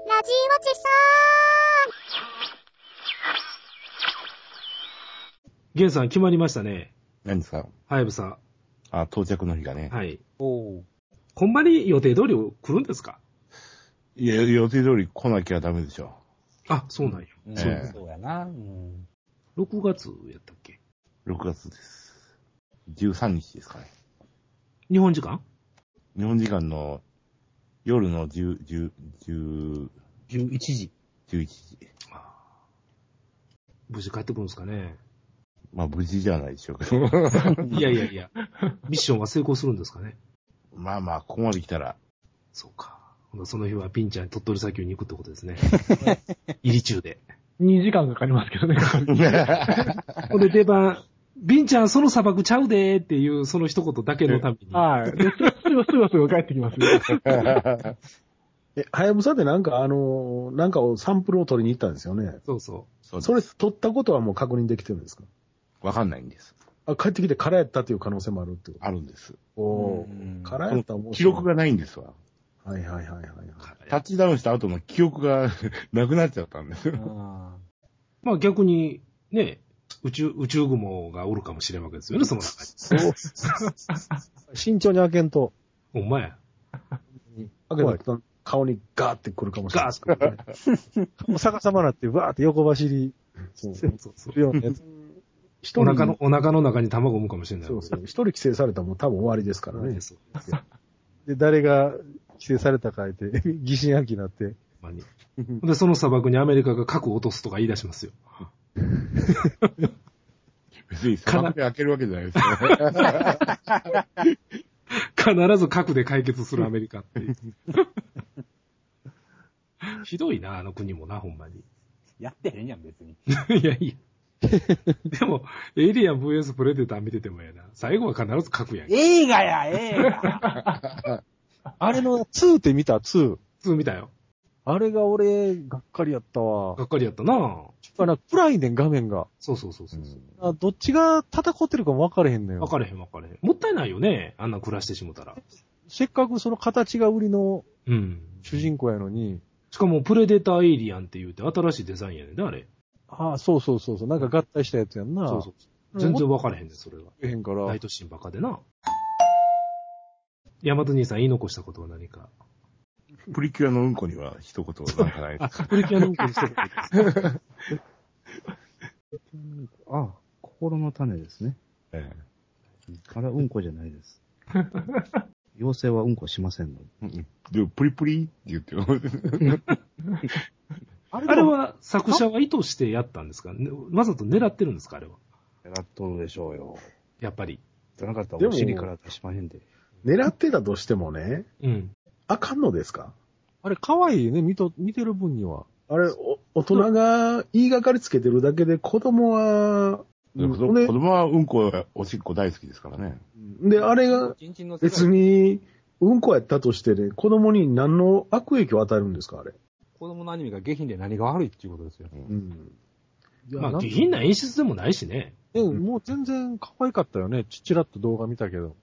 ちそゲンさん決まりましたね。何ですかはやぶさ。あ、到着の日がね。はい。おーほんまに予定通り来るんですかいや、予定通り来なきゃダメでしょ。あ、そうなんよ。うんそうですそうやな。うん6月やったっけ6月です。13日ですかね。日本時間日本時間の夜の10、10、10 11時。 11時。無事帰ってくるんですかね。まあ、無事じゃないでしょうけど。 いやいやいや。ミッションは成功するんですかね。まあまあ、ここまで来たら、そうか。ほなその日はピンちゃん鳥取砂丘に行くってこと ですね。入り中で。 2時間かかりますけどね。 ほんで出番、ピンちゃんその砂漠ちゃうでーっていうその一言だけのために。はい。ですぐ、すぐすぐ帰ってきますよ。え、はやぶさってなんかあの、なんかをサンプルを取りに行ったんですよね。そうそそうそれ取ったことはもう確認できてるんですかわかんないんです。あ、帰ってきて空やったという可能性もあるってこあるんです。と。おーうん空やったら面記白い。録がないんですわ。はいはいはいはいはい。う。タッチダウンした後の記憶が なくなっちゃったんですよ。あまあ逆に、ね、宇宙、宇宙雲がおるかもしれんわけですよね、その中に。慎重に開けんと、ほんまや。開けたら顔にガーってくるかもしれない。ガーッてもう逆さまなって、わーって横走り そうそうそうそすうるようなやつ。一お人腹の、お腹の中に卵を産むかもしれない。そうそう。一人規制されたらもう多分終わりですからね。そうで、誰が規制されたか言って、疑心暗鬼になって。ほんまに。で、その砂漠にアメリカが核を落とすとか言い出しますよ。別に砂漠で開けるわけじゃないですよ。必ず核で解決するアメリカって いう。ひどいな、あの国もな、ほんまに。ーやってへんやん、別に。いやいや。でも、エイリアン VS プレデター見ててもやな。最後は必ず核やん。映画や、映画。あれの2って見た ?2。普通見たよ。あれが俺、がっかりやったわ。がっかりやったなあなんか暗いねん、画面が。そうそうそう そう。あどっちが戦ってるかも分かれへんのよ分。かれへん分かれへん。もったいないよね。あんな暮らしてしもたら。せっかくその形が売りのうん。主人公やのに、しかも、プレデターエイリアンって言うて新しいデザインやねんね、あれ。ああ、そうそうそうそう、なんか合体したやつやんな。そうそう。全然分かれへんねん、それは。う。へんか大ら。都市ばかでな。ヤマト兄さん言い残したことは何 か。プリキュアのうんこには一言なんかな いです。プリキュアのうんこにしてる。あ、心の種ですね。えあれはうんこじゃない です。妖精はうんこしませんので。えうんでも、プリプリって言ってます。ああれは作者は意図してやったんですかねわざと狙ってるんですかあれは。狙っとるでしょうよ。やっぱり。じゃなかったでらもお尻から出しまへんで。狙ってたとしてもね、うん。あかんのですかあれ可愛いね、見と、見てる分には。あれ、お大人が言いがかりつけてるだけで子供は、でも子供ね子供はうんこ、おしっこ大好きですからね。で、あれがちんちんの世界別に、うんこやったとしてね、子供に何の悪影響を与えるんですかあれ。子供のアニメが下品で何が悪いっていうことですよ。うん。まあ、下品な演出でもないしね。ね、もう全然可愛かったよね。ちちらっと動画見たけど。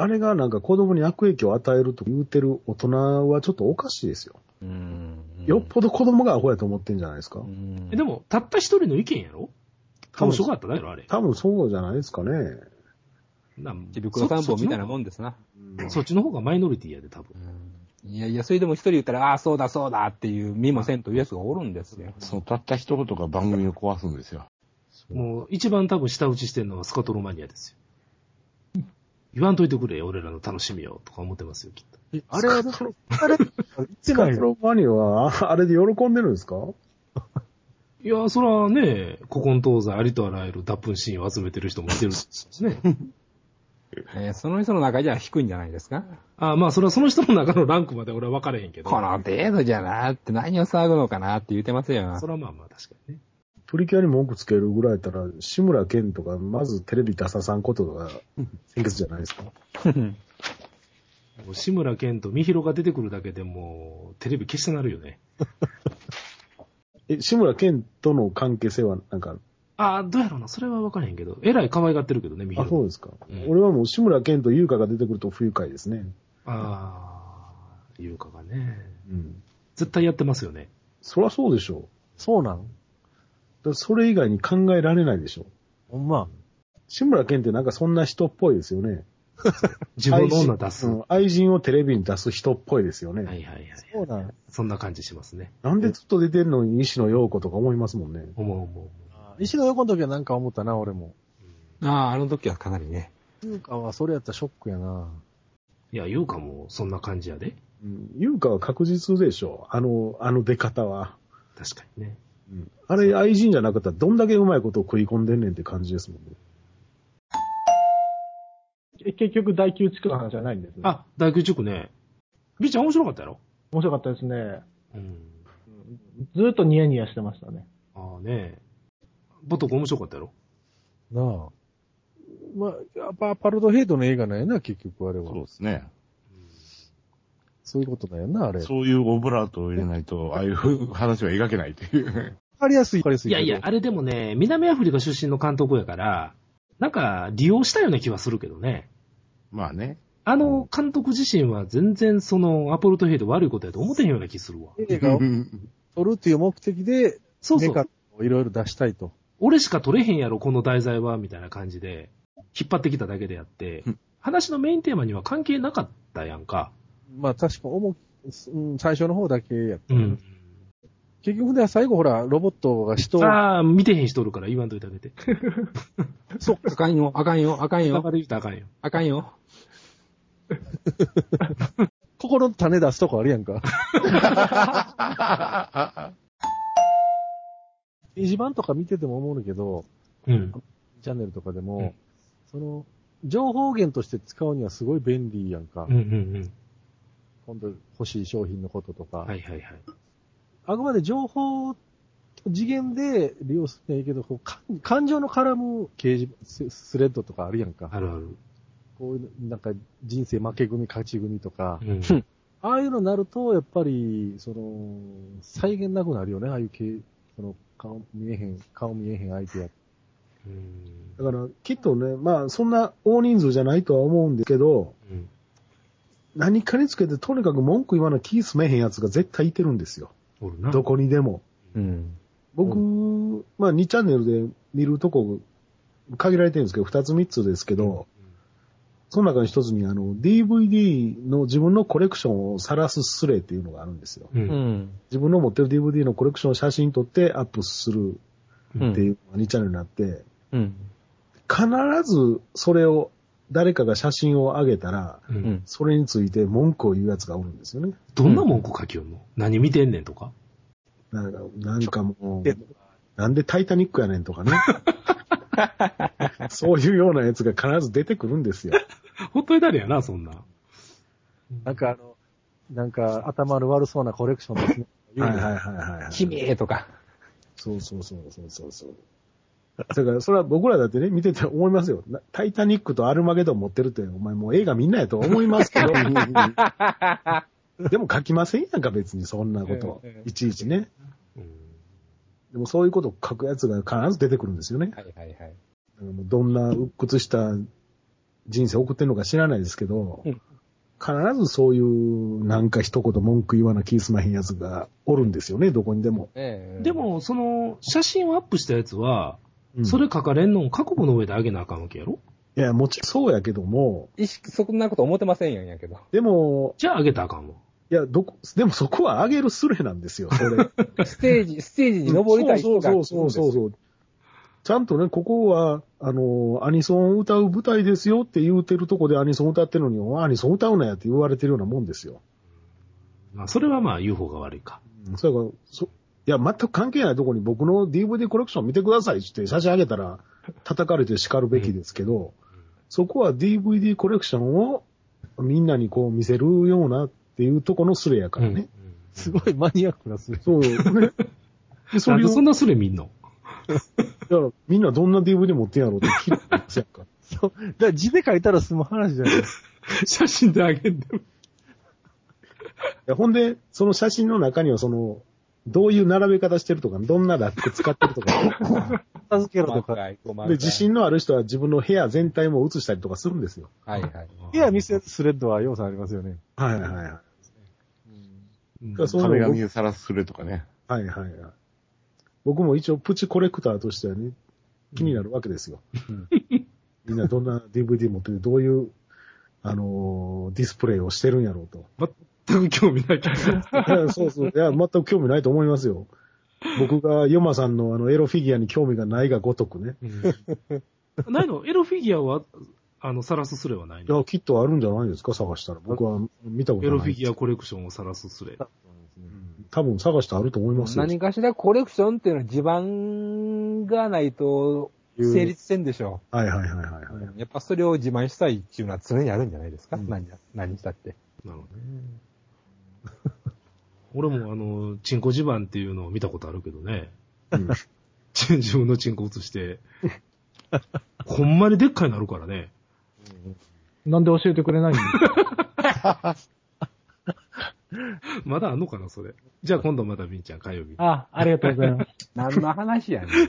あれがなんか子供に悪影響を与えると言うてる大人はちょっとおかしいですよ。うんよっぽど子供がアホやと思ってんじゃないですか。うんえでも、たった一人の意見やろ多分面白かっただろ、あれ。多分そうじゃないですかね。なん手袋三本みたいなそもんですな。そっちの方がマイノリティやで、多分。いやいや、それでも一人言ったら、ああ、そうだそうだっていう見もせんというやつがおるんですよ。そのたった一言が番組を壊すんですよ。もう、一番多分下打ちしてるのはスカトロマニアですよ。言わんといてくれ、俺らの楽しみよ、とか思ってますよ、きっと。あれは、あれ、言ってスなカいトよ。ロマニアは、ああれで喜んでるんですかいや、そらね、古今東西ありとあらゆる脱粉シーンを集めてる人もいてるんですね。えーその人の中じゃ低いんじゃないですか。あまあ、それはその人の中のランクまで俺は分かれへんけど。この程度じゃなって何を騒ぐのかなって言ってますよそ。れはまあまあ確かにね。プリキュアに文句つけるぐらいやったら、志村けんとか、まずテレビ出ささんことが先決じゃないですか。もう志村けんと三広が出てくるだけでもう、テレビ消してなるよね。え、志村けんとの関係性はなんか、あどうやろうな、それは分からへんけど。えらい可愛がってるけどね、三あ、広。そうですか。うん俺はもう志村けんと優香が出てくると不愉快ですね。ああ、いうかがね。うん。絶対やってますよね。そらそうでしょ。そうなんだからそれ以外に考えられないでしょ。ほんま。志村けんってなんかそんな人っぽいですよね。自分の女出す。うはん愛人をテレビに出す人っぽいですよね。いはいはい。そうなんそんな感じしますね。なんでずっと出てんのに西野陽子とか思いますもんね。思う思う。石野横の時はなんか思ったな、俺も。ああ、あの時はかなりね。優香はそれやったらショックやな。いや、優香もそんな感じやで。うん。優香は確実でしょ。あの、あの出方は。確かにね。うん。あれ愛人じゃなかったらどんだけうまいことを食い込んでんねんって感じですもんね。え結局、大宮地区の話じゃないんです。、あ、大空塾ね。ビーちゃん面白かったやろ面白かったですね。うん。ずーっとニヤニヤしてましたね。ああねえ。ボトコ面白かったやろなあ。まあ、やっぱパルドヘイトの映画なんやな、結局あれは。そうですね。そういうことだよな、あれ。わそういうオブラートを入れないと、ああいう話は描けないっていう。かりやすい、わかりやすいいやけど。いや、あれでもね、南アフリカ出身の監督やから、なんか利用したような気はするけどね。 まあ ね。あの監督自身は全然そのアポロトヘイト悪いことやと思ってへんような気するわ。映画を撮るっていう目的で、そうメそカう。をいろいろ出したいと。俺しか撮れへんやろ、この題材は、みたいな感じで、引っ張ってきただけであってうん、話のメインテーマには関係なかったやんか。まあ確か、重き、うん、最初の方だけやった。うん。結局では最後ほら、ロボットが人を、ああ、見てへん人おるから言わんといてあげて。そう。あかんよ、あかんよ、あかん映画よ、で言うたらあかんよ。あかんよ。心の種出すとこあるや んか。 掲示板とか見てても思うんだけど、うん。チャンネルとかでうんも、その、情報源として使うにはすごい便利やんか。うんうん今度欲しい商品のこととか。うん。はいはいはい。あくまで情報次元で利用するんやけど、こうか感情の絡む掲示ススレッドとかあるやんか。あるある。こういう、なんか人生負け組、勝ち組とか。うん。ああいうのになると、やっぱり、その、再現なくなるよね。ああいう系、その、顔見えへん、顔見えへん相手や。うんだから、きっとね、まあ、そんな大人数じゃないとは思うんですけど、うん何かにつけてとにかく文句言わな気すめへんやつが絶対いてるんですよ。おるな。どこにでも。うん。僕、まあ2チャンネルで見るとこ、限られてるんですけど、2つ3つですけど、その中の一つに、あの、DVD の自分のコレクションを晒すスレっていうのがあるんですよ。う。うんん。自分の持ってる DVD のコレクションを写真撮ってアップするうってん。いうのが2チャンネルになって、うん。必ずそれを、誰かが写真を上げたら、ううんん。それについて文句を言うやつがおるんですよね。どんな文句書きよんの何見てんねんとか。なんかなんかもでう、なんでタイタニックやねんと かね。そういうようなやつが必ず出てくるんですよ。 ほっといたれやな、そんな。なんかあの、なんか頭の悪そうなコレクションですね。はいはいはいはい、はい。君へとか。そうそうそうそうそうそう。だから、それは僕らだってね、見てて思いますよ。なタイタニックとアルマゲドン持ってるって、お前もう映画みんなやと思います けど。でも書きませんやんか、別にそんなこと。いちいちね。でもそういうこと書くやつが必ず出てくるんですよね。はいはいはい。あのどんな鬱屈した人生送ってるのか知らないですけど、うん必ずそういうなんか一言文句言わな気すまへんやつがおるんですよね、どこにでも。ええで、も、その、写真をアップしたやつは、うんそれ書かれんのを覚悟の上であげなあかんわけやろいや、もちろんそうやけども、意識、そんなこと思ってませんよんやけ ど。でも、じゃああげたらあかんわ。いや、どこ、でもそこは上げるスレなんですよ、そ れ。ステージ、ステージに登りたい人そうが。そうそうそうそう。ちゃんとね、ここは、あの、アニソンを歌う舞台ですよって言うてるとこでアニソン歌ってるのに、お前アニソン歌うなやって言われてるようなもんですよ。まあ、それはまあ言う方が悪いか。そうやから、そ、いや、全く関係ないとこに僕の DVD コレクション見てくださいって写真あげたら、叩かれて叱るべきですけど、そこは DVD コレクションをみんなにこう見せるようなっていうとこのスレやからね。すごいマニアックなする。 そう。ね、でそなんれでを、そんなスレ見ん のだからみんなどんな DVD 持ってんやろうって聞 いてますやんか。そう。だから字で書いたら済む話じゃないです写真であげんでも。いやほんで、その写真の中にはその、どういう並べ方してるとか、どんなラック使ってる とか、か。片付ける細とか。かい、細かいで、自。信のある人は自分の部屋全体も写したりとかするんですよ。はいはい。いや、見せるスレッドは要素ありますよね。はいはいはい。うんだからそういうの壁紙をさらすれとかね。はいはいはい。僕も一応プチコレクターとしてはね、気になるわけですよ。 みんなどんな DVD 持ってて、どういう、あのーディスプレイをしてるんやろうと。全く興味ないけど。いや そうそう。いや、全く興味ないと思いますよ。僕がヨマさんのあのエロフィギュアに興味がないがごとくね。 ないのエロフィギュアは、あの、晒すすれはないいのや、きっとあるんじゃないですか探したら。僕は見たことなエい。ロフィギュアコレクションを晒すすれ。多分探したらあると思いますよ。何かしらコレクションっていうのは地盤がないと成立せんでしょはいはいはいはいはう。い。やっぱそれを自慢したいっていうのは常にあるんじゃないですか、うん何だ何したって。なるほどね。俺もあの、チンコ地盤っていうのを見たことあるけどね。うんち自分のチンコ映して。ほんまにでっかいなるからね。なんで教えてくれないんですか まだあんのかな、それ。じゃあ今度またみんちゃん火曜日。あ、ありがとうございます。何の話やねん。